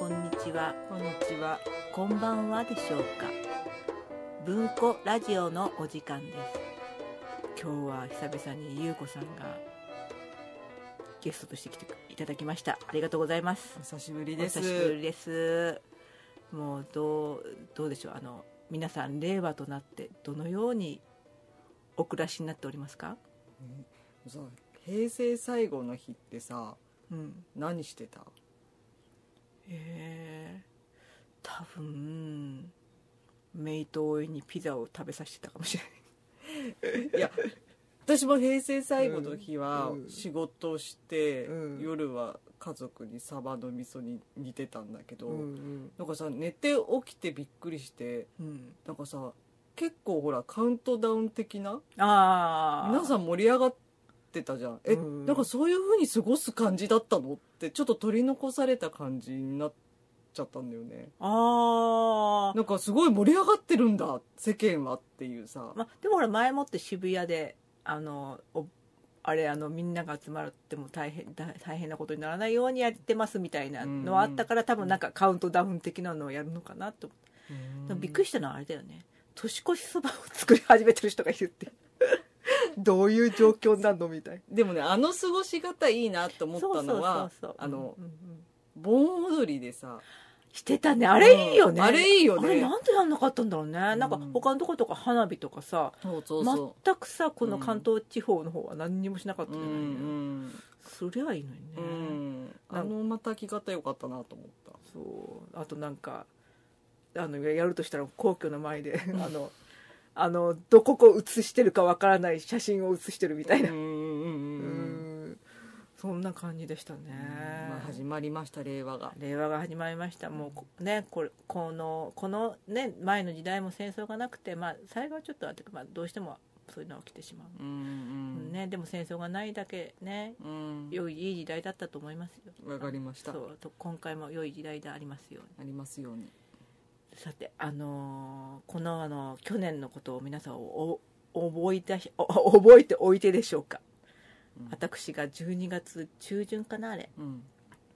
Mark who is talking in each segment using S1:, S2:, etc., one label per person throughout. S1: はこんにちはこんばんはでしょうか文庫ラジオのお時間です今日は久々に優子さんがゲストとして来ていただきましたありがとうございます
S2: お久しぶり
S1: お
S2: です
S1: 久しぶりですもうどうどうでしょうあの皆さん令和となってどのようにお暮らしになっておりますか
S2: そう平成最後の日ってさ
S1: うん
S2: 何してた
S1: えー、多分メイトおいにピザを食べさせてたかもしれない
S2: いや私も平成最後の日は
S1: うんうん
S2: 仕事をして、
S1: うん
S2: 夜は家族にサバの味噌に煮てたんだけど、
S1: うん
S2: なんかさ寝て起きてびっくりして
S1: うん、
S2: なんかさ結構ほらカウントダウン的な
S1: ああ
S2: 皆さん盛り上がってたじゃんえ、
S1: うん
S2: なんかそういう風に過ごす感じだったのってちょっと取り残された感じになっちゃったんだよね
S1: ああ
S2: なんかすごい盛り上がってるんだ世間はっていうさ、
S1: までもほら前もって渋谷であのおあれあのみんなが集まっても大変大大変なことにならないようにやってますみたいなのはあったから、多分なんかカウントダウン的なのをやるのかなと思ってでもびっくり
S2: し
S1: したのはあれだよね年越しそばを作り始めてる人がいるって どういう状況になるのみたいな
S2: でもねあの過ごし方いいなと思ったのは
S1: そうそうそうそう
S2: あの
S1: うんうんうん
S2: 盆踊りでさ
S1: してたねあれいいよね、
S2: うんあれいいよ
S1: あれ
S2: ね
S1: なんでやんなかったんだろうね、なんか
S2: うん
S1: 他のとことか花火とかさ
S2: そうそうそ
S1: 全くさこの関東地方の方は何にもしなかった
S2: うう
S1: じゃ
S2: ん
S1: ない、そりゃいいのにね、
S2: うん、うん、あのまた着方良かったなと思った
S1: そうあとなんかあのやるとしたら皇居の前で あのあのどこを写してるかわからない写真を写してるみたいな
S2: うんうんうん
S1: う
S2: うん
S1: んそんな感じでしたね、
S2: まあ始まりました令和が
S1: 令和が始まりました、もうこねこれこのこの、ね、前の時代も戦争がなくて、まあ、災害はちょっとあって、まあ、どうしてもそういうのは起きてしまう、
S2: うんうん
S1: ね、でも戦争がないだけ、ね、
S2: うん
S1: 良いいい時代だったと思いますよ
S2: わかりました
S1: そうと今回も良い時代でありますように
S2: ありますように
S1: さて、あのーこの、あの去年のことを皆さんおお覚えたしお覚えておいてでしょうか、
S2: うん
S1: 私が12月中旬かなあれ
S2: うん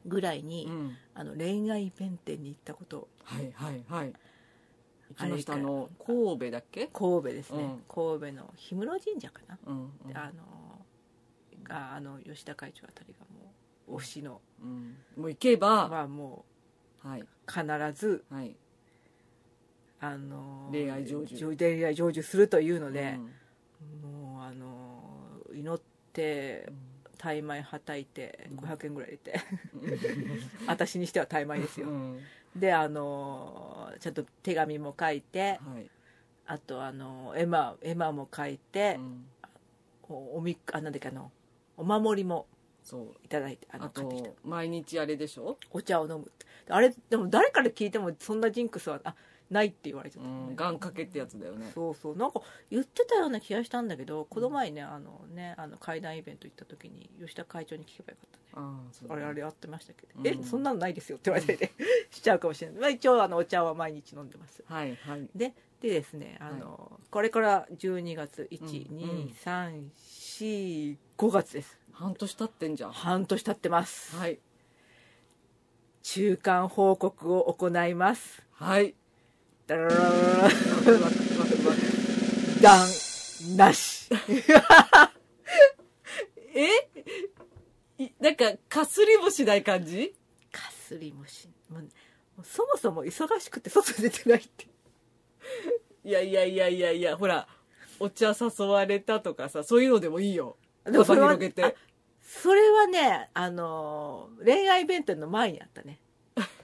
S1: ぐらいに、
S2: うん
S1: あの恋愛弁天に行ったことを
S2: はいはいはい行
S1: あ
S2: き
S1: れ
S2: ましたあの神戸だっけ
S1: 神戸ですね、
S2: うん
S1: 神戸の氷室神社かな、
S2: うんうん
S1: であのがあの吉田会長あたりがもう推しの
S2: うんもう行けば
S1: はも
S2: はい、
S1: う必ず
S2: はい、
S1: あの
S2: 恋愛成就
S1: 恋愛成就するというので
S2: う、ん
S1: もうあの祈って大枚はたいて
S2: うん
S1: 500円ぐらい入れて、 私にしては大枚です
S2: う
S1: よ、
S2: ん
S1: であのちゃんと手紙も書いて
S2: はい
S1: あとあの絵馬絵馬も書いて
S2: う、ん
S1: おおみあなんだっけあのお守りも
S2: そう
S1: いただいてあの
S2: あ
S1: 買ってきた
S2: と毎日あれでしょ、
S1: お茶を飲むってあれでも誰から聞いてもそんなジンクスはあないって言われちゃ
S2: う
S1: ったね、
S2: ん、願かけってやつだよね
S1: そうそうなんか言ってたような気がしたんだけどこの前ねあのねあの会談イベント行った時に吉田会長に聞けばよかったね
S2: ああそう
S1: あ
S2: だね
S1: れあれやってましたけど、
S2: うん
S1: えそんなのないですよって言われて、 しちゃうかもしれない、まあ、一応あのお茶は毎日飲んでます
S2: はいはい
S1: ででですねあの、これから12月12345、
S2: うん
S1: 2
S2: うん
S1: 3 4 5月です
S2: 半年経ってんじゃんは
S1: 半年経ってます、
S2: い
S1: 中間報告を行います
S2: はい
S1: ダラララララ
S2: ワクワクワクワク
S1: 断なし
S2: えいなんかかすりもしない感じ
S1: かすりもしもうもうそもそも忙しくて外出てないって
S2: いやいやいやいやいやほらお茶誘われたとかさそういうのでもいいよ
S1: でもそ
S2: 幅
S1: れは
S2: 広げて
S1: あそれはねあのー恋愛弁当の前にあったね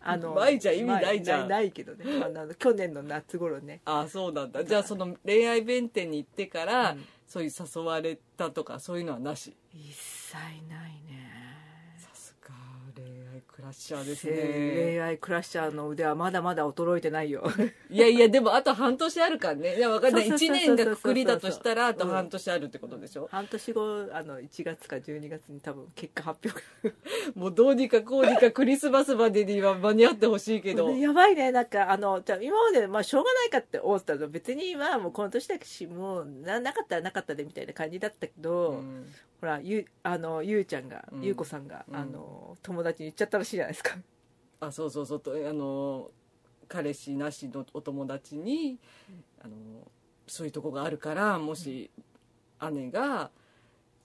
S1: あの
S2: 前じゃ意味ないじゃん
S1: 前ないないけどねあの去年の夏頃ね
S2: ああそうなんだじゃあその恋愛弁天に行ってから、
S1: うん
S2: そういう誘われたとかそういうのはなし
S1: 一切ないね
S2: さすが恋愛クラッシャーです
S1: 恋
S2: ね
S1: 愛クラッシャーの腕はまだまだ衰えてないよ
S2: いやいやでもあと半年あるからねいやわかんない
S1: そうそう
S2: 1
S1: そうそう
S2: 年がくくりだとしたらあと
S1: うん
S2: 半年あるってことでしょ、
S1: 半年後あの1月か12月に多分結果発表が
S2: もうどうにかこうにかクリスマスまでには間に合ってほしいけど、
S1: やばいねなんかあのじゃあ今まで、まあ、しょうがないかって思ってたの別にまあもうこの年だしもうななかったらなかったでみたいな感じだったけど、
S2: うん
S1: ほらゆあのゆうちゃんが、
S2: うん
S1: ゆうこさんが、
S2: うん
S1: あの友達に言っちゃったらしいじゃないですか
S3: あそうそうそうとあの彼氏なしのお友達にあのそういうとこがあるからもし姉が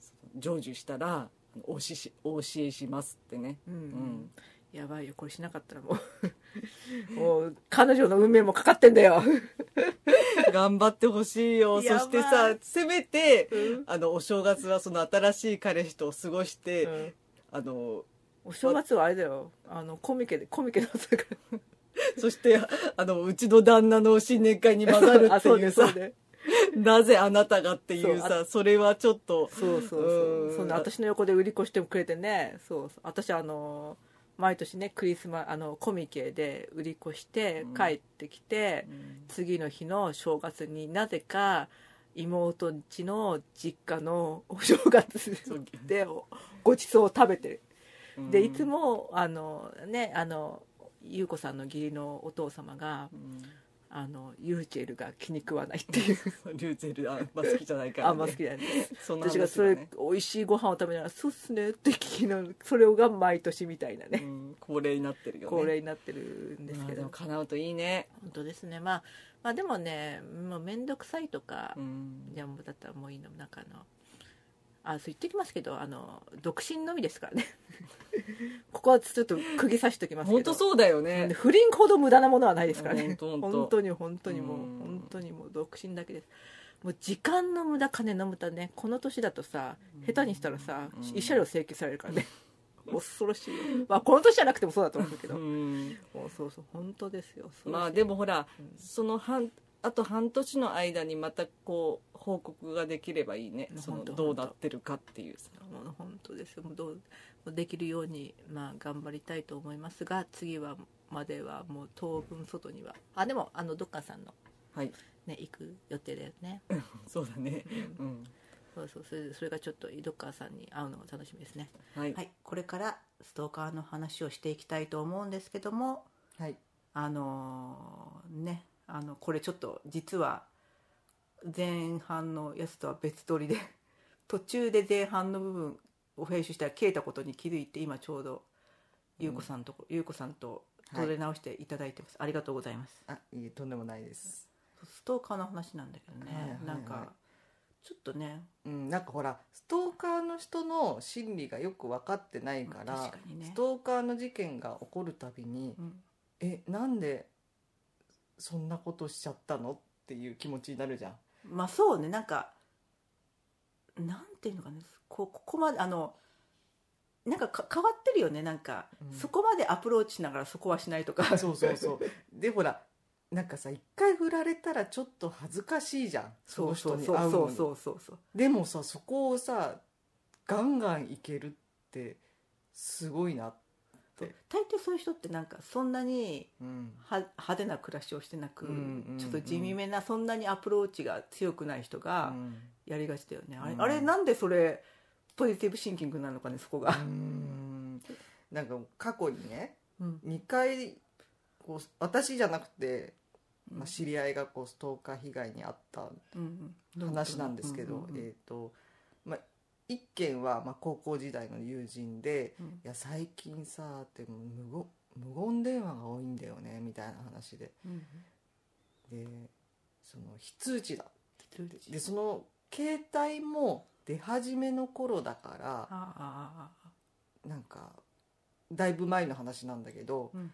S3: その成就したらおししお教えしますってね、
S4: うん
S3: うん
S4: やばいよこれしなかったらも うもう彼女の運命もかかってんだよ、
S3: 頑張ってほしいよそ
S4: やばい
S3: してさせめてあのお正月はその新しい彼氏と過ごして、
S4: うん
S3: あの
S4: お正月はあれだよあのコミケでコミケのさ
S3: そしてあのうちの旦那の新年会に混ざる っていうさ
S4: そうね
S3: なぜあなたがっていう
S4: そう
S3: さそれはちょっと
S4: そうそうそう
S3: うん
S4: そんな私の横で売り越してくれてねそうそう私あの毎年ねクリスマあのコミケで売り越して
S3: うん
S4: 帰ってきて、次の日の正月になぜか妹んちの実家のお正月
S3: そう
S4: でおごちそうを食べてる
S3: うん
S4: でいつもあのねあの優子さんの義理のお父様が
S3: うん
S4: あのユーチェルが気に食わないっていう
S3: リュウゼルあんま好きじゃないから、ね、
S4: あんま好きじゃない
S3: そんな話
S4: 私がそれ、
S3: だね
S4: 美味しいご飯を食べながら「そうっすね」って聞きなそれが毎年みたいな
S3: う
S4: ね、
S3: ん、恒例になってるよね
S4: 恒例になってるんです
S3: まあ
S4: け
S3: で
S4: ど、
S3: も叶うといいね、
S4: 本当ですねまあまあでもねもう面倒くさいとか
S3: う、ん
S4: じ、ゃあもうだったらもういいのなんかあのあそう言ってきますけどあの独身のみですから ねここはちょっと釘刺しておきますけど
S3: 本当そうだよ
S4: うん
S3: ね、
S4: 不倫ほど無駄なものはないですからね
S3: ほんとほんと
S4: 本当に本当にもう
S3: うん
S4: 本当にもう独身だけですもう時間の無駄金の無駄ねこの年だとさ下手にしたらさ
S3: うん
S4: 慰謝料請求されるからね恐ろしいよまあこの年じゃなくてもそうだと思うけ
S3: う
S4: ども
S3: ん、
S4: うそうそう本当ですよ恐ろしい
S3: まあでもほら、
S4: うん
S3: その半あと半年の間にまたこう報告ができればいいね
S4: ほんと
S3: その
S4: ほんと
S3: どうなってるかっていうさ
S4: もう本当ですよもうどうもうできるようにまあ頑張りたいと思いますが次はまではもう当分外にはあでもあのどっかさんの
S3: はい
S4: ね行く予定だよね
S3: そうだね
S4: うん
S3: うん
S4: そうそうそれでそれがちょっと井戸川さんに会うのが楽しみですね
S3: はい
S1: はい、これからストーカーの話をしていきたいと思うんですけども
S3: はい
S1: あのーねあのこれちょっと実は前半のやつとは別撮りで 途中で前半の部分を編集したら消えたことに気づいて今ちょうど
S3: うん
S1: 優子さんとこ、ゆうこさんと
S2: はい
S1: 撮れ直していただいてます、ありがとうございます
S2: あ、いえ、とんでもないです。
S1: ストーカーの話なんだけどね、
S2: はいはいはい
S1: なんかちょっとね
S2: うん、なんかほら、ストーカーの人の心理がよく分かってないか
S1: まあ
S2: ら、
S1: 確かにね
S2: ストーカーの事件が起こるたびに、
S1: うん
S2: え、なんでそんなことしちゃったのっていう気持ちになる じゃん。
S1: まあそうねなんかなんていうのかなこここまであのなんかか変わってるよねなんか、
S2: うん
S1: そこまでアプローチしながらそこはしないとか
S2: そうそうそう。で、ほら、なんかさ、一回振られたらちょっと恥ずかしいじゃん。そ
S1: そ
S2: の
S1: うそう
S2: 人に
S1: そう
S2: 会う
S1: そ
S2: の
S1: う
S2: に。
S1: そうそうそう
S2: でもさ、そこをさ、ガンガンいけるって、すごいな。
S1: 大抵そういう人ってなんかそんなに
S2: うん。
S1: は派手な暮らしをしてなく、
S2: うんうんうん
S1: ちょっと地味めなそんなにアプローチが強くない人が
S2: うん
S1: やりがちだよね、あれ
S2: うん
S1: あれなんでそれポジティブシンキングなのかねそこが
S2: うー、んなんか過去にね
S1: うん
S2: 2回こう私じゃなくて、
S1: うん
S2: まあ、知り合いがこうストーカー被害に遭った
S1: うんうん
S2: 話なんですけど、
S1: うんうんうん
S2: えーとまあ、1件はまあ高校時代の友人で
S1: うん
S2: 「いや最近さ」ってもう無言無言電話が多いんだよねみたいな話で
S1: うん
S2: でその非通知だ
S1: うん
S2: でその携帯も出始めの頃だか
S1: あああ
S2: ら
S1: あああ
S2: なんかだいぶ前の話なんだけど、
S1: うん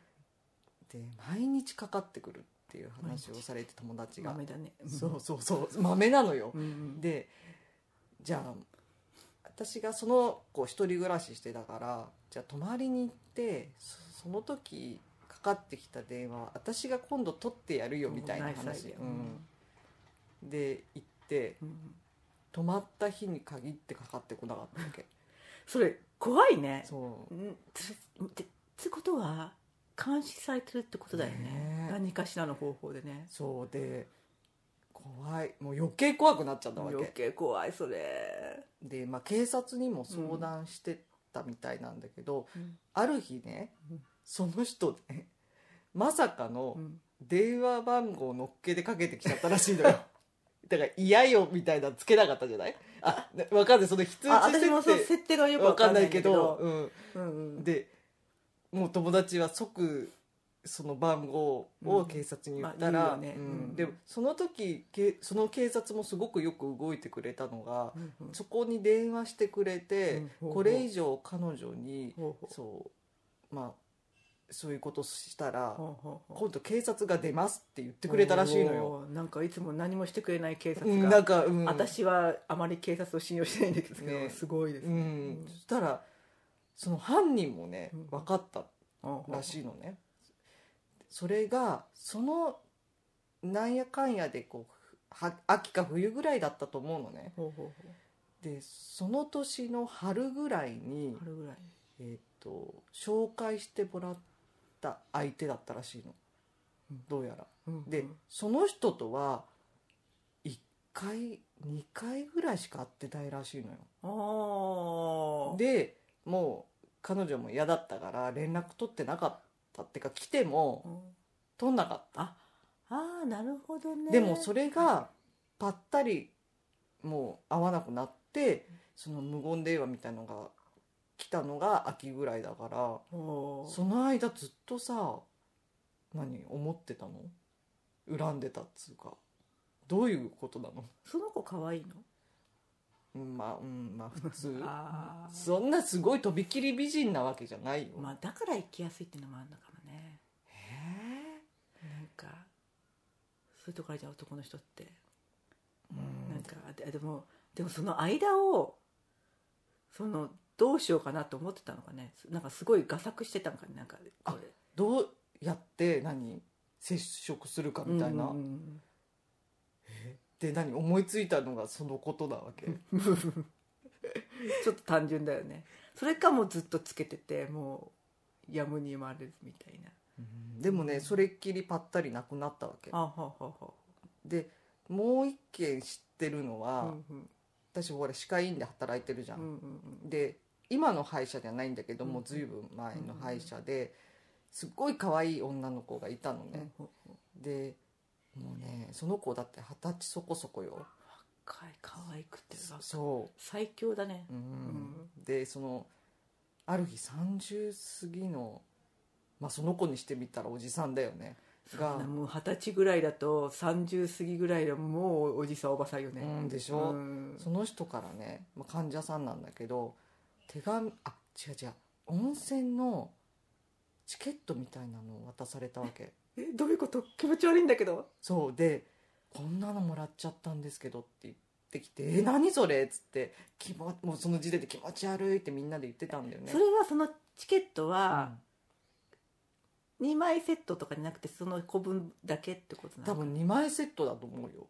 S2: で毎日かかってくるっていう話を
S1: 毎日
S2: されて友達が
S1: ダメだね
S2: そうそうそう豆なのよ、
S1: うん
S2: でじゃあ私がその子一人暮らししてたからじゃあ泊まりに行ってそその時かかってきた電話は私が今度取ってやるよみたいな
S1: ナイスアイ
S2: 話
S1: デ、ア
S2: うんで行って
S1: うん
S2: 泊まった日に限ってかかってこなかったわけ
S1: それ怖いね
S2: そう
S1: うんつてつことは監視されてるってことだよね
S2: ねえ
S1: 何かしらの方法でね
S2: そうで怖いもう余計怖くなっちゃったわ
S1: 余
S2: け
S1: 計怖いそれ
S2: で、まあ、警察にも相談してたみたいなんだけど、ある日ね、
S1: うん
S2: その人ねまさかの
S1: うん
S2: 電話番号のっけてかけてきちゃったらしい のよだから嫌よみたいなのつけなかったじゃないあねわかんないその非通知
S1: あ私もそう
S2: 設
S1: 設定が
S2: 定
S1: よく
S2: わ
S1: わ
S2: か
S1: か
S2: ん
S1: ん
S2: な
S1: ないい
S2: け
S1: け
S2: ど
S1: どうんう
S2: うんん、でもう友達は即その番号を警察に言ったら、
S1: うんまあ言うよね
S2: うん
S1: うん
S2: でその時けその警察もすごくよく動いてくれたのが、
S1: うんうん
S2: そこに電話してくれて、
S1: うんほうほう
S2: これ以上彼女に、
S1: ほうほう
S2: そうまあそういうことしたら、
S1: ほうほうほう
S2: 今度警察が出ますって言ってくれたらしいのよ。
S1: おーなんかいつも何もしてくれない警察
S2: うん
S1: が、
S2: なんか、うん、
S1: 私はあまり警察を信用してないんですけど、
S2: ね
S1: すごいです
S2: う
S1: ね、
S2: ん、そしたらその犯人もね
S1: うん
S2: 分かったらし
S1: い
S2: いのね、それがそのなんやかんやでこうは秋か冬ぐらいだったと思うのね
S1: ほうほう
S2: でその年の春ぐらいに
S1: ほう、春ぐらい
S2: えー、と紹介してもらった相手だったらしいの
S1: うん
S2: どうやら
S1: うん
S2: でその人とは1回2回ぐらいしか会ってないらしいのよ
S1: ああ
S2: でもう彼女も嫌だったから連絡取ってなかったってか来ても取んなかった、
S1: ああなるほどね
S2: でもそれがぱったりもう会わなくなってその無言電話みたいのが来たのが秋ぐらいだから
S1: おー
S2: その間ずっとさ何思ってたの恨んでたっつうかどういうことなの、
S1: その子可愛いの
S2: うん、まあうんまあ普 通
S1: あー
S2: そんなすごいとびきり美人なわけじゃないよ、
S1: まあだから行きやすいっていうのもあるのかもね
S2: へえ
S1: なんかそういうとこあるじゃん男の人って
S2: うん
S1: なんかででもでもその間をそのどうしようかなと思ってたのかねなんかすごい画策してたのかねなんかこれ
S2: どうやって何接触するかみたいな、
S1: うんうん
S2: で何思いついたのがそのことなわけ、
S1: うんちょっと単純だよねそれかもうずっとつけててもうやむにもあれずみたいな
S2: でもねそれっきりぱったりなくなったわけ
S1: あははは
S2: でもう一件知ってるのは、
S1: うんうん
S2: 私ほら歯科医院で働いてるじゃ
S1: うん
S2: ん、
S1: うんうん
S2: で今の歯医者じゃないんだけど、
S1: うん
S2: もう随分前の歯医者ですっごい可愛い女の子がいたのね、
S1: うん
S2: でもうねその子だって二十歳そこそこよ
S1: かい可愛くてわ
S2: そ
S1: 最強だね
S2: う、うん、でそのある日30過ぎの、まあ、その子にしてみたらおじさんだよねが
S1: そんなもう二十歳ぐらいだと30過ぎぐらいはもうおじさんおばさんよね、
S2: うんでしょ
S1: うん
S2: その人からね、まあ、患者さんなんだけど手紙あ違う違う温泉のチケットみたいなのを渡されたわけ
S1: えどういうこと気持ち悪いんだけど
S2: そうで「こんなのもらっちゃったんですけど」って言ってきて「え何それ?」っつって気持もうその時点で気持ち悪いってみんなで言ってたんだよね
S1: それはそのチケットは
S2: う
S1: 2枚セットとかじゃなくてその子分だけってこと
S2: ん
S1: な
S2: 多
S1: の
S2: 分2枚セットだと思うよ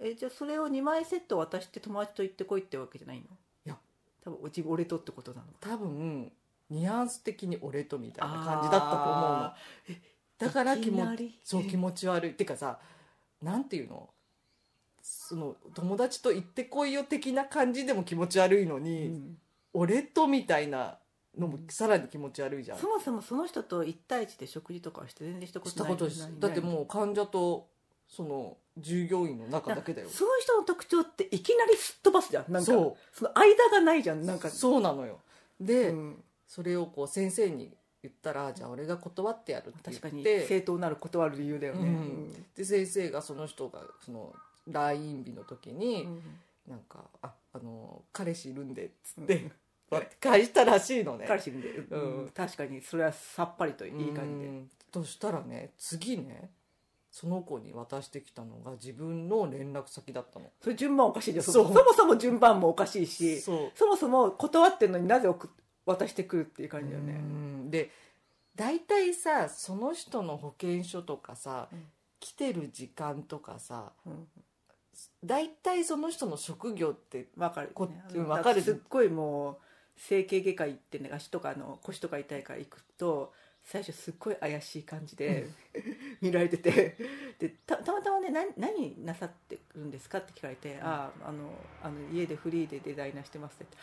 S1: えじゃあそれを2枚セット渡して友達と行ってこいってわけじゃないのい
S2: や
S1: 多分おじ俺とってことなのか
S2: 多分ニュアンス的に俺とみたいな感じだったと思うの
S1: あ
S2: だから
S1: い
S2: 気
S1: き
S2: 持
S1: な
S2: ち
S1: り
S2: そう気持ち悪いってかさなんていうのその友達と行ってこいよ的な感じでも気持ち悪いのに、
S1: うん
S2: 俺とみたいなのも
S1: うん
S2: さらに気持ち悪いじゃん、
S1: そもそもその人と1対1で食事とかはして全然したこ
S2: し
S1: と
S2: た
S1: ない
S2: ことし、
S1: ないね
S2: だってもう患者とその従業員の中だけだよ
S1: その人の特徴っていきなりすっ飛ばすじゃんなんか
S2: そ
S1: その間がないじゃん
S2: う
S1: なんか
S2: そうなのよで、
S1: うん
S2: それをこう先生に言ったらじゃあ俺が断ってやるって言
S1: 確かに
S2: って
S1: 正当なる断る理由だよね、
S2: うんで先生がその人がその来院日の時
S1: う
S2: に、
S1: ん
S2: なんか「ああの彼氏いるんで」っつっ
S1: う
S2: て
S1: ん、
S2: 返したらしいのね
S1: 彼氏いるんで、
S2: ん
S1: うん確かにそれはさっぱりといい感じで
S2: じでとしたらね次ねその子に渡してきたのが自分の連絡先だったの
S1: それ順番おかしいじゃんそ
S2: そう
S1: もそもそも順番もおかしいしそ
S2: そう
S1: もそも断ってるのになぜ送っ渡してくるっていう感じだよ
S2: う
S1: ね
S2: んで大体さその人の保険証とかさ、
S1: うん
S2: 来てる時間とかさ
S1: うん
S2: 大体その人の職業って
S1: わかる、
S2: こうん
S1: わ
S2: わかる
S1: すっごいもう整形外科行ってね足とかあの腰とか痛いから行くと最初すっごい怪しい感じで 見られててでたたまたまね何何なさってるんですかって聞かれて「あああのあの家でフリーでデザイナーしてます」って言って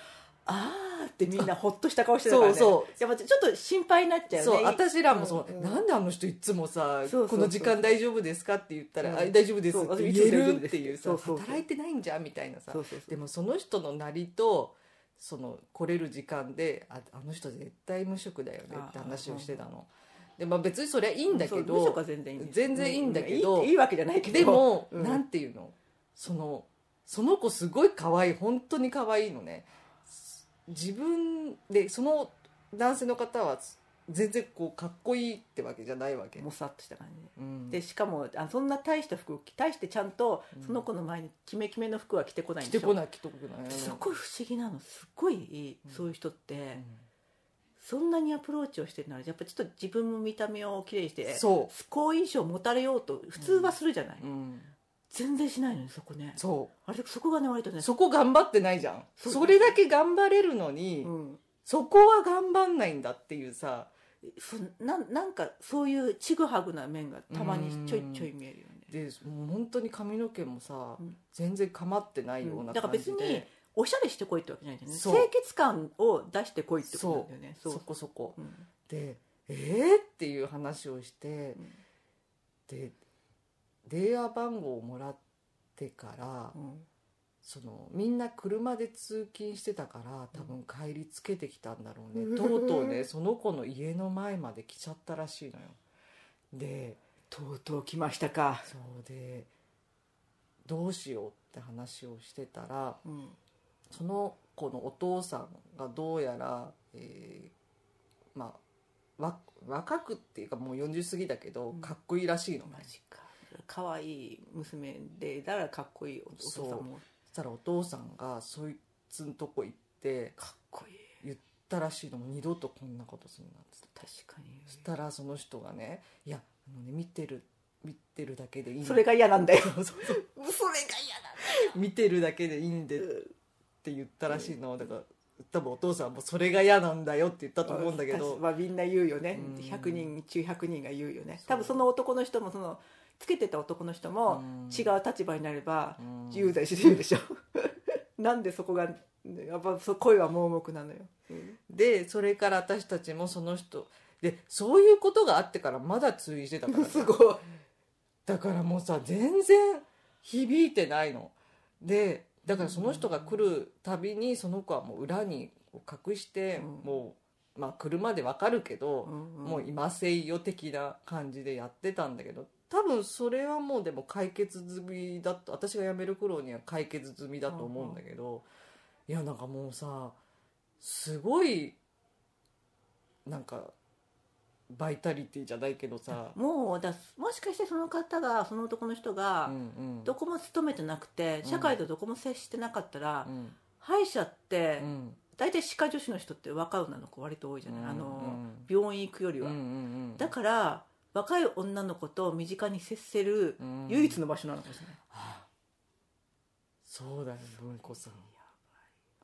S1: 「ああ」ってみんなほっとした顔してたから、ね、
S2: そうそう
S1: やっぱちょっと心配になっちゃうね
S2: そう私らもそう、
S1: うん
S2: なんであの人いつもさ
S1: そうそうそう
S2: この時間大丈夫ですか?」って言ったら
S1: う
S2: 「
S1: ん
S2: あ大丈夫です」って言えるっていうさ
S1: そうそうそう
S2: 働いてないんじゃんみたいなさ
S1: そうそうそう
S2: でもその人のなりとその来れる時間でああの人絶対無職だよねって話をしてたので、まあ、別にそりゃいいんだけ
S1: そう無職は
S2: ど
S1: 全然いいんです
S2: 全然いいんだけど
S1: いいいいわけじゃないけど
S2: でも、
S1: うん
S2: なんていうのそのその子すごい可愛い本当に可愛いのね自分でその男性の方は全然こうかっこいいってわけじゃないわけ、
S1: もさっとした感じで
S2: うん
S1: でしかもあそんな大した服を着大してちゃんと
S2: うん
S1: その子の前にキメキメの服は着てこないん
S2: 来
S1: で
S2: て
S1: し
S2: こ
S1: ょ
S2: ない来てこない
S1: すごい不思議なのすっごいいい
S2: うん
S1: そういう人って、
S2: うん
S1: そんなにアプローチをしてるならやっぱちょっと自分も見た目をきれいにして
S2: そ
S1: 好印象を持たれようと普通はするじゃない、
S2: う、うん、
S1: 全然しないのにそこね
S2: そ
S1: あれそこがね割とね
S2: うそこ頑張ってないじゃん
S1: そう
S2: それだけ頑張れるのに、
S1: うん、
S2: そこは頑張んないんだっていうさ
S1: そなんなんかそういうちぐはぐな面がたまにちょいちょい見えるよね
S2: でもう本当に髪の毛もさ、
S1: うん
S2: 全然かまってないような
S1: だから
S2: 感じ
S1: 別
S2: で、
S1: におしゃれしてこいってわけじゃないんだよね
S2: そう
S1: 清潔感を出してこいってことなんだよね
S2: そこそこ
S1: うん
S2: でえー、っていう話をして
S1: うん
S2: で電話番号をもらってから、
S1: うん
S2: そのみんな車で通勤してたから多分帰りつけてきたんだろうね、
S1: うん
S2: とうとうねその子の家の前まで来ちゃったらしいのよで
S1: とうとう来ましたか、
S2: そうでどうしようって話をしてたら
S1: うん
S2: その子のお父さんがどうやら、えーまあわ若くっていうかもう40過ぎだけど
S1: うん
S2: かっこいいらしいのね、
S1: マジか可愛い娘でだからかっこいいお父さんも
S2: そしたらお父さんがそいつんとこ行って
S1: かっこいい
S2: 言ったらしいのもう二度とこんなことするなっつって
S1: 確か
S2: そし
S1: に
S2: たらその人がね「いやあのね見てる見てるだけでいいんだ
S1: それが嫌なんだよ
S2: そうそうそう
S1: それが
S2: 見てるだけでいいんで」っ
S1: 嫌だ
S2: て言ったらしいのだから多分お父さんも「それが嫌なんだよ」って言ったと思うんだけど
S1: まあみんな言うよね
S2: うん
S1: 100人中100人が言うよね
S2: そう
S1: 多分その男の人もそのつけてた男の人も
S2: うん
S1: 違う立場になれば
S2: うん
S1: 有罪してるでしょ なんでそこがやっぱそう恋は盲目なのよ、
S2: でそれから私たちもその人でそういうことがあってからまだ通院してたから、ね、
S1: すごい
S2: だからもうさ全然響いてないのでだからその人が来るたびにその子はもう裏に隠して、
S1: うん
S2: もう、まあ、車でわかるけど、も
S1: も
S2: ういませんよ的な感じでやってたんだけど多分それはもうでも解決済みだと私が辞める頃には解決済みだと思うんだけど、いやなんかもうさすごいなんかバイタリティじゃないけどさ、
S1: もうだもしかしてその方がその男の人が、
S2: うんうん
S1: どこも勤めてなくて
S2: うん
S1: 社会とどこも接してなかったら、
S2: うん
S1: 歯医者って、
S2: うん
S1: 大体歯科助手の人って若い女の子割と多いじゃない、あ
S2: うん
S1: の病院行くより
S2: うん
S1: は、
S2: うんうん
S1: だから若い女の子と身近に接せる
S2: うん
S1: 唯一の場所なのかもしれない、
S2: はあそうだよ文子さん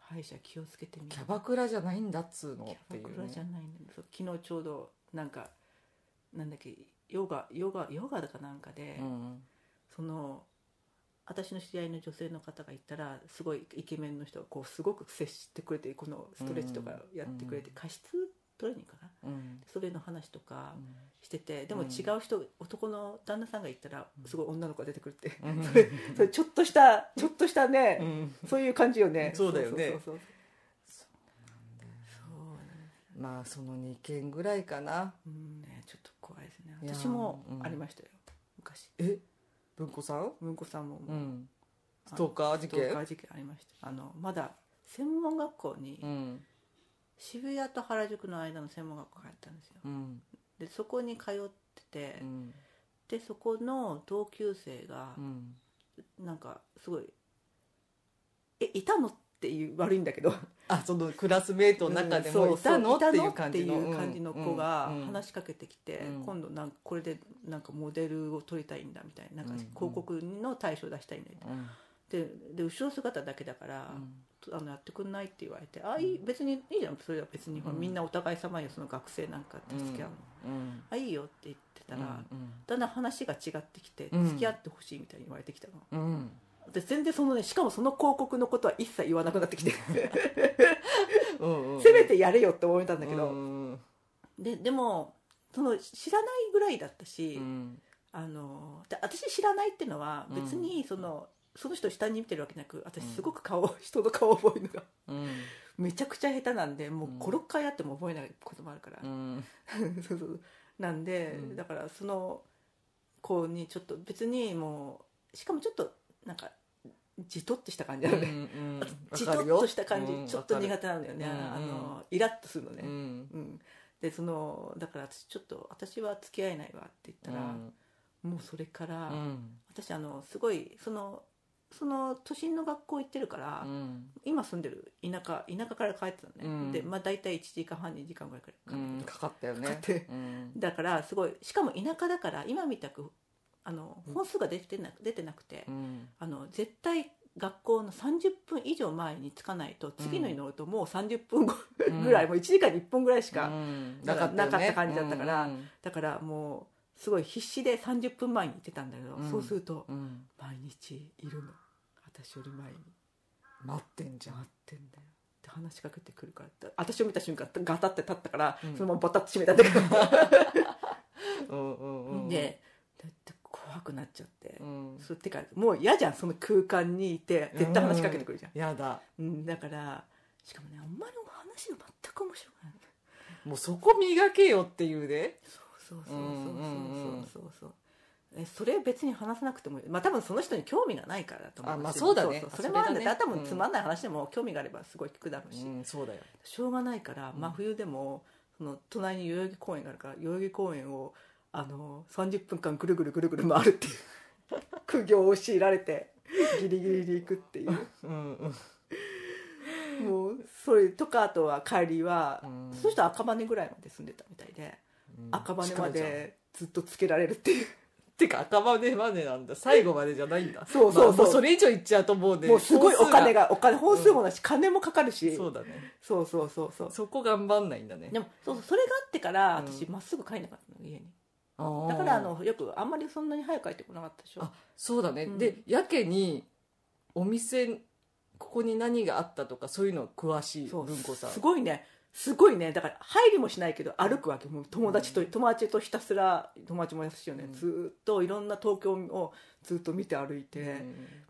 S1: 歯医者気をつけてみ
S2: キャバクラじゃないんだっつうのって
S1: キャ
S2: い
S1: バ
S2: う
S1: クラ
S2: ね
S1: じゃないんだそう昨日ちょうどなんかなんだっけヨガヨガヨガだかなんかで、
S2: うん
S1: その私の知り合いの女性の方がいたらすごいイケメンの人がこうすごく接してくれてこのストレッチとかやってくれて、
S2: うん
S1: 加湿トレーニングかな
S2: うん
S1: それの話とかしててで
S2: う
S1: も
S2: ん
S1: 違う人、男の旦那さんがいたらすごい女の子が出てくるって、
S2: うん
S1: それそれちょっとしたちょっとしたね、
S2: うん
S1: そういう感じよね
S2: そうだよ
S1: そ
S2: ね
S1: うそうそう
S2: まあその2件ぐらいかな
S1: そううんねちょっと怖いですね
S2: いやー
S1: 私も
S2: うん
S1: ありましたよ、昔
S2: え文子さん
S1: 文子さんももう、
S2: ん
S1: あ
S2: ス
S1: の
S2: トーカー事
S1: ストーカ
S2: 件
S1: ー事件ありましたあのまだ専門学校に、
S2: うん
S1: 渋谷と原宿の間の専門学校が入ったんですよ
S2: うん
S1: でそこに通ってて、
S2: うん
S1: でそこの同級生が
S2: うん
S1: なんかすごい「えいたの?」っていう悪いんだけど
S2: あそのクラスメートの中で
S1: う
S2: も
S1: ん
S2: い
S1: そう
S2: たのっ
S1: そう
S2: て
S1: い
S2: いう感じの
S1: っていう感じの子が
S2: うんうん
S1: 話しかけてきて、
S2: うん
S1: 今度なんかこれでなんかモデルを撮りたいんだみたいななんか
S2: うん
S1: 広告の対象出したいんだみたいな
S2: うん
S1: でで後ろ姿だけだから、あのやってくんないって言われて「あいい別にいいじゃんそれは別に、ほら
S2: うん
S1: みんなお互い様よその学生なんか助け合うの、
S2: うんうん
S1: あいいよ」って言ってたら、
S2: うん
S1: だんだん話が違ってきて
S2: うん
S1: 付き合ってほしいみたいに言われてきたの、
S2: うん
S1: で全然そのねしかもその広告のことは一切言わなくなってきて
S2: うんう ん
S1: せめてやれよって思えたんだけど、
S2: うん
S1: ででもその知らないぐらいだったし、
S2: うん
S1: あので私知らないっていうのは
S2: うん
S1: 別にその、その人を下に見てるわけなく私
S2: うん
S1: すごく顔、人の顔を覚えるのが
S2: うん
S1: めちゃくちゃ下手なんでもう
S3: うん
S1: 56回やっても覚えないこともあるから
S3: う、ん
S1: そうそうなんで、
S3: うん
S1: だからその子にちょっと別にもうしかもちょっとなんかじとっとした感じな
S3: う
S1: の ね、
S3: ん
S1: じとっとした感じ、
S3: うん
S1: ちょっと苦手なんだよね、
S3: わかる
S1: あ
S3: うん
S1: のイラッとするのね、
S3: う
S1: うん
S3: ん
S1: でそのだから私ちょっと私は付き合えないわって言ったら、もうそれから、
S3: うん
S1: 私あのすごいそのその都心の学校行ってるから、
S3: うん
S1: 今住んでる田舎田舎から帰ってたのね、
S3: うん
S1: でまあ大体1時間半2時間ぐらいかかる
S3: うん
S1: けど
S2: かかったよね
S1: かかって
S3: うん
S1: だからすごいしかも田舎だから今みたくあの本数が出てな出てなくて、
S3: うん
S1: あの絶対学校の30分以上前に着かないと次のに乗るともう30分後
S3: うん
S1: ぐらい、もう1時間に1本ぐらいしか、
S3: うん
S2: なかったよね
S1: なかった感じだったから、
S3: うん
S1: だからもうすごい必死で30分前に行ってたんだけど、
S3: うん
S1: そうすると
S3: うん
S1: 毎日いるの私より前に
S2: 待ってんじゃん
S1: 待ってんだよって話しかけてくるからって私を見た瞬間ガタって立ったから、
S3: うん
S1: そのままバタッと閉めたんだけ
S3: うんうんう
S1: ど、
S3: ん
S1: でだって怖くなっちゃって
S3: う、ん
S1: そうてかもう嫌じゃんその空間にいて絶対話しかけてくるじゃん、
S2: やだ
S1: うんだからしかもねあんまりお話が全く面白くない
S2: もうそこ磨けよっていうね
S1: そうそうそうそうそうそうそうえそれ別に話さなくてもまあ多分その人に興味がないからだと思う
S2: あまあ
S1: し
S2: そうだね
S1: それもあるんだ
S3: それ
S1: よ
S3: だね
S1: 多分つまんない話でも興味があればすごい聞くだろうし、
S2: うんそうだよ
S1: しょうがないから真冬でも、その隣に代々木公園があるから代々木公園をあの30分間ぐるぐるぐるぐる回るっていう苦行を強いられてギリギリで行くっていう
S2: うんうん
S1: もうそれとかあとは帰りは、
S3: うん
S1: その人は赤羽ぐらいまで住んでたみたいで、赤羽までずっとつけられるっていう
S2: てか赤羽までなんだ最後までじゃないんだ
S1: そうそうそう
S2: まあもそれ以上いっちゃうと思うね
S1: もうすごいお金
S2: が
S1: がお金本数もだし、金もかかるし
S2: そうだね
S1: そうそうそうそう
S2: そこ頑張んないんだね
S1: でもそうそうそれがあってから
S2: うん
S1: 私まっすぐ帰んなかったの家に
S2: だ
S1: だからあのよくあんまりそんなに早く帰ってこなかったでしょ
S2: あそうだね、
S1: うん
S2: でやけにお店ここに何があったとかそういうの詳しい
S1: そう
S2: 文庫さん
S1: すごいねすごいねだから入りもしないけど歩くわけもう友達と、友達とひたすら友達も優しいよね、
S2: うん
S1: ずーっといろんな東京をずっと見て歩いて、
S2: うん
S1: ま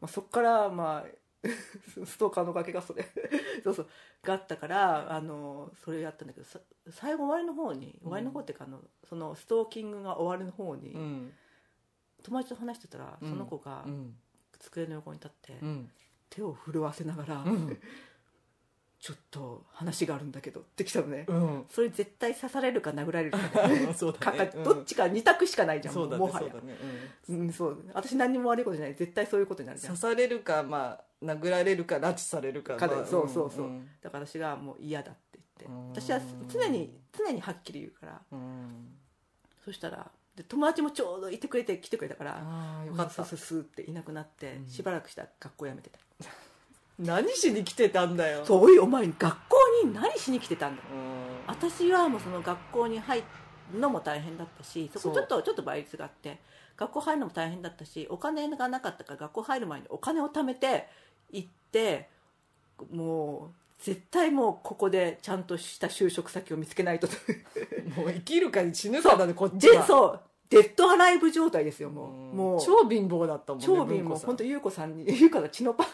S1: あ、そこからまあ ストーカーの崖がそれ そうそうがあったからあのそれやったんだけどさ最後終わりの方に終わりの方っていうか、あのそのストーキングが終わりの方に、
S3: うん
S1: 友達と話してたら、
S3: うん
S1: その子が
S3: うん
S1: 机の横に立って、
S3: うん
S1: 手を震わせながら、
S3: うん
S1: ちょっと話があるんだけどってきたのね、
S3: うん
S1: それ絶対刺されるか殴られるか,、ね
S3: そうだ
S1: か
S3: ね
S1: か
S3: うん
S1: どっちか2択しかないじゃん、
S3: そうだね
S1: もは
S3: そ
S1: や
S3: うだね
S1: うん、そう私何にも悪いことじゃない絶対そういうことになるじゃん
S2: 刺されるかまあ殴られるか拉致されるか
S1: か
S2: まあ
S1: そうそうそう
S2: うん
S1: だから私がもう嫌だって言
S2: うん
S1: って私は常に常にはっきり言うから
S2: うん
S1: そしたらで友達もちょうどいてくれて来てくれたから
S2: ああよかった
S1: スースーっていなくなって、
S2: うん
S1: しばらくしたら学校辞めてた
S2: 何しに来てたんだよ
S1: そうおいお前学校に何しに来てたんだ
S2: うん
S1: 私はもうその学校に入るのも大変だったしそ
S2: そ
S1: こ
S2: う
S1: ちょっとちょっと倍率があって学校入るのも大変だったしお金がなかったから学校入る前にお金を貯めて行ってもう絶対もうここでちゃんとした就職先を見つけ ないと
S2: もう生きるか死ぬかだねこっち
S1: で
S2: は
S1: そうデッドアライブ状態ですよもう,、
S2: ん
S1: もう
S2: 超貧乏だったもんね
S1: 超貧
S2: 文
S1: 乏
S2: 庫さん
S1: 本当優子さんに 優子が血のパン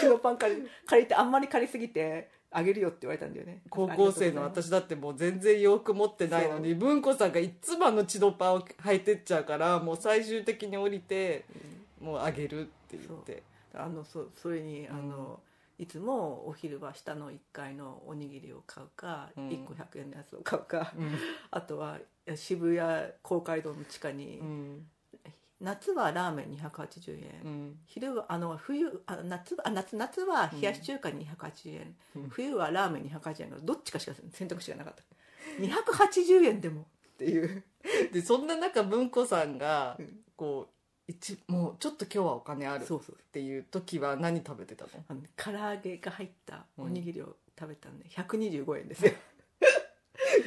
S1: 血のパン借り借りてあんまり借りすぎてあげるよって言われたんだよね
S2: 高
S1: ありが
S2: 校生の
S1: とうございます
S2: 私だってもう全然洋服持ってないのに文子さんがいつもあのチノパンを履いてっちゃうからもう最終的に降りてもうあげるって言って
S1: あのそそれにあの、いつもお昼は下の1階のおにぎりを買うか、
S2: うん
S1: 1個100円のやつを買うか、
S2: うん
S1: あとはいや渋谷公会堂の地下に、
S2: うん
S1: 夏はラーメン280円、
S2: うん
S1: 昼はあの冬あ夏はあ夏夏は冷やし中華280円、
S2: うん
S1: 冬はラーメン280円のどっちかしか選択肢がなかった280円でもっていう
S2: でそんな中文子さんが
S1: うん
S2: こう一もうちょっと今日はお金あるっ
S1: そうそう
S2: ていう時は何食べてたの
S1: あの唐揚げが入ったおにぎりを食べたんで125円ですよ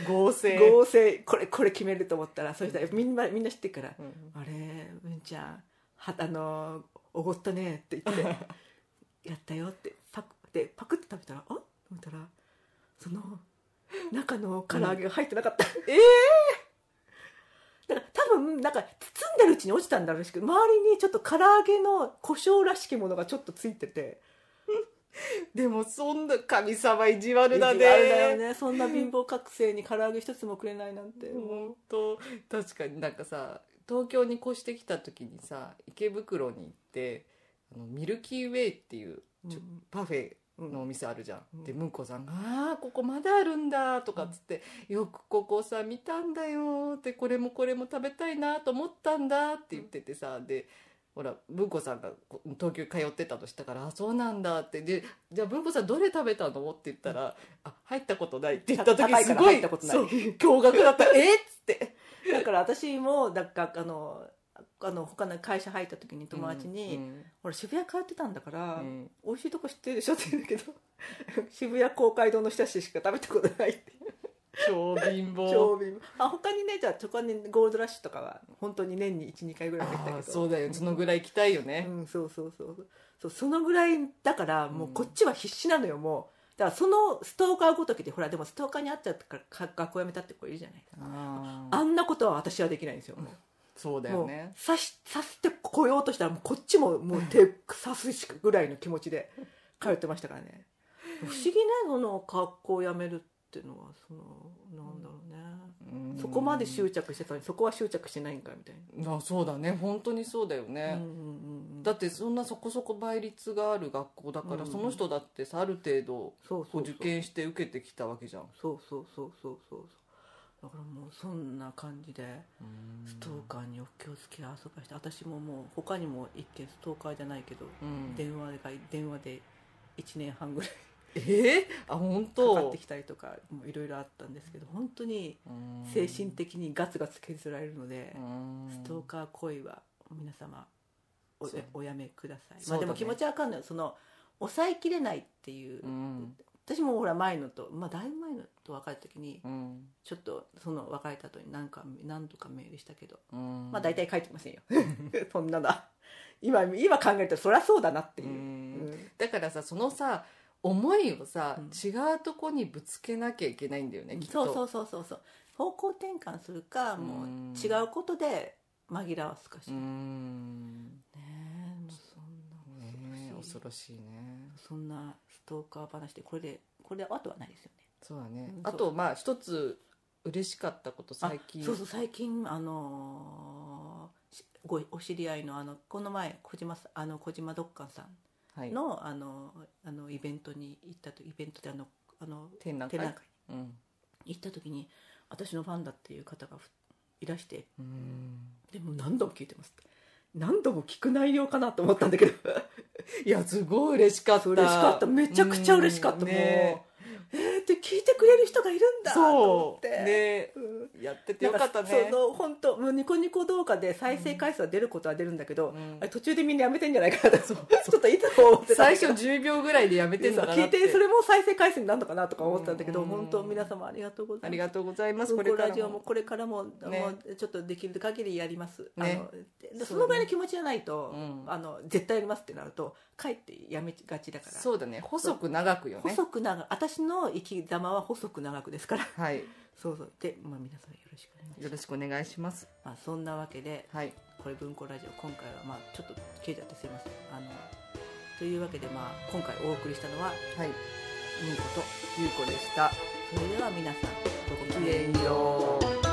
S2: 合成
S1: 合成これこれ決めると思ったらそしたらみんなみんな知ってるから
S2: うん
S1: 「あれうんちゃんはあのおごったね」って言って「やったよ」ってパクでパクって食べたら「あっ?」と思ったらその中の唐揚げが入ってなかった、ええだから多分なんか包んでるうちに落ちたんだろうし周りにちょっと唐揚げの胡椒らしきものがちょっとついてて
S2: でもそんな神様意地悪だ
S1: 意地悪だ
S2: ね
S1: よねそんな貧乏覚醒に唐揚げ一つもくれないなんて、
S2: 本当確かになんかさ東京に越してきた時にさ池袋に行ってあのミルキーウェイっていうちょ
S1: うん
S2: パフェ
S1: うん
S2: のお店あるじゃん、
S1: うん
S2: でむんこさんが「ああここまだあるんだ」とかっつって「よくここさ見たんだよ」って「これもこれも食べたいなと思ったんだ」って言っててさでほら文子さんがこ東京通ってたとしたから「あそうなんだ」ってで「じゃあ文子さんどれ食べたの?」って言ったら「あ入ったことない」って言った
S1: た
S2: 時
S1: 高いか
S2: す
S1: ら
S2: ご
S1: 入
S2: い
S1: ったことない
S2: そう驚愕だ った「えっ?」つって
S1: だから私もだかあのあの他の会社入った時に友達に「
S2: うん
S1: 俺渋谷通ってたんだから、
S2: うん
S1: 美味しいとこ知ってるでしょ」って言うんだけど 渋谷公会堂の下しか食べたことないって
S2: 超貧乏
S1: 超貧乏あ他にねじゃあそこにゴールドラッシュとかは本当に年に12回ぐらいは行った
S2: あ
S1: け
S2: ー
S1: ど
S2: そうだよねそのぐらい行きたいよね、
S1: うん、そうそうそうそうそのぐらいだからもうこっちは必死なのよ、もうだからそのストーカーごときでほらでもストーカーに会っちゃったからか学校辞めたって子いるじゃないですか
S2: あ
S1: あんなことは私はできないんですよ、もう
S2: そうだ
S1: も
S2: よ
S1: う
S2: ね
S1: 刺し刺してこようとしたらもうこっちももう手刺すしかぐらいの気持ちで通ってましたからね 不思議ねその格好をやめるっていうのはそのなんだろうね、そこまで執着してたのにそこは執着してないんかみたい
S2: あそうだね本当にそうだよ
S1: な、
S2: ね
S1: う、んうんうん
S2: だってそんなそこそこ倍率がある学校だから、
S1: うん
S2: その人だってさある程度
S1: そう
S2: こ
S1: そうう
S2: 受
S1: そう
S2: 験して受けてきたわけじゃん
S1: そうそうそうそうそうそうだからもうそんな感じでストーカーにお気をつけ遊ばして私ももう他にも一件ストーカーじゃないけど、
S2: うん
S1: 電話が電話で1年半ぐらい
S2: えー、あ本当
S1: かかってきたりとかもいろいろあったんですけど本当に
S2: うん
S1: 精神的にガツガツ削られるので
S2: う、ん
S1: ストーカー行為は皆様お
S2: そう
S1: おやめください、
S2: そ
S1: まあ
S2: うだね
S1: でも気持ちはわかんないその抑えきれないっていう、
S2: うん
S1: 私もほら前のと、まあ、だいぶ前のと別れた時に、
S2: うん
S1: ちょっとその別れた後に何か何度かメールしたけど、
S2: うん
S1: まあ大体書いてませんよ そんなのは今今考えたらそりゃそうだなっていう、
S2: う
S1: うんん
S2: だからさそのさ思いをさ、
S1: うん
S2: 違うとこにぶつけなきゃいけないんだよねきっと
S1: そうそうそうそうそう方向転換するかも
S2: うん
S1: う違うことで紛らわすかしら、ね
S2: ん
S1: えもうそんな
S2: ねえ
S1: 恐
S2: 恐
S1: ろしい
S2: ろしいね
S1: そんなストーカー話でこれでこれであとはないですよね
S2: そうだね
S1: うん
S2: あとまあ一つ嬉しかったこと
S1: あ
S2: 最近
S1: そうそう最近あのーしごお知り合いのあのこの前小島さんあの小島ドッカンさん
S2: はい
S1: のあのあのイベントに行ったとイベントであのあの
S2: 展覧
S1: 展覧
S2: 会
S1: 会
S2: うん
S1: に行った時に私のファンだっていう方がふいらして
S2: うん
S1: でも何度も聞いてます何度も聞く内容かなと思ったんだけど
S2: いやすごい嬉しかった
S1: 嬉しかっためちゃくちゃ嬉しかった、
S2: うんね
S1: もうえーって聞いてくれる人がいるんだと思っ
S2: そう
S1: て、
S2: ね
S1: うん
S2: やっててよかったね
S1: なんかその本当もうニコニコ動画で再生回数は出ることは出るんだけど、
S2: うん
S1: あれ途中でみんなやめてんじゃないかなとちょっといつも思ってたん
S2: 最
S1: だけ
S2: 初
S1: ど
S2: 10秒ぐらいでやめてんのかな
S1: 聞いてそれも再生回数になるのかなとか思ってたんだけど、
S2: うん
S1: 本当皆様ありがとうございます
S2: ありがとうございます
S1: うんこ
S2: これ
S1: れ
S2: か
S1: ラ
S2: ら
S1: ジオも
S2: も
S1: これからも,、
S2: ね
S1: もうちょっとできる限りやります、
S2: ね
S1: あのでそのぐらいの気持ちじゃないと、
S2: うん
S1: あの絶対やりますってなるとかえってやめがちだから
S2: そうだね細く長くよね
S1: 細く長く私の生き様は細く長くですから
S2: はい
S1: そうそうで、まあ、皆さんよろしくお願いします
S2: よろしくお願いします
S1: まあ、そんなわけで
S2: はい
S1: これ文庫ラジオ今回はまあちょっと消えちゃってすいませんあのというわけで、まあ、今回お送りしたのは
S2: はい
S1: 「みんこと
S2: ゆうこでした
S1: それでは皆さんご
S2: ご
S1: き
S2: き
S1: げ
S2: げ
S1: んよ
S2: ん
S1: う
S2: よう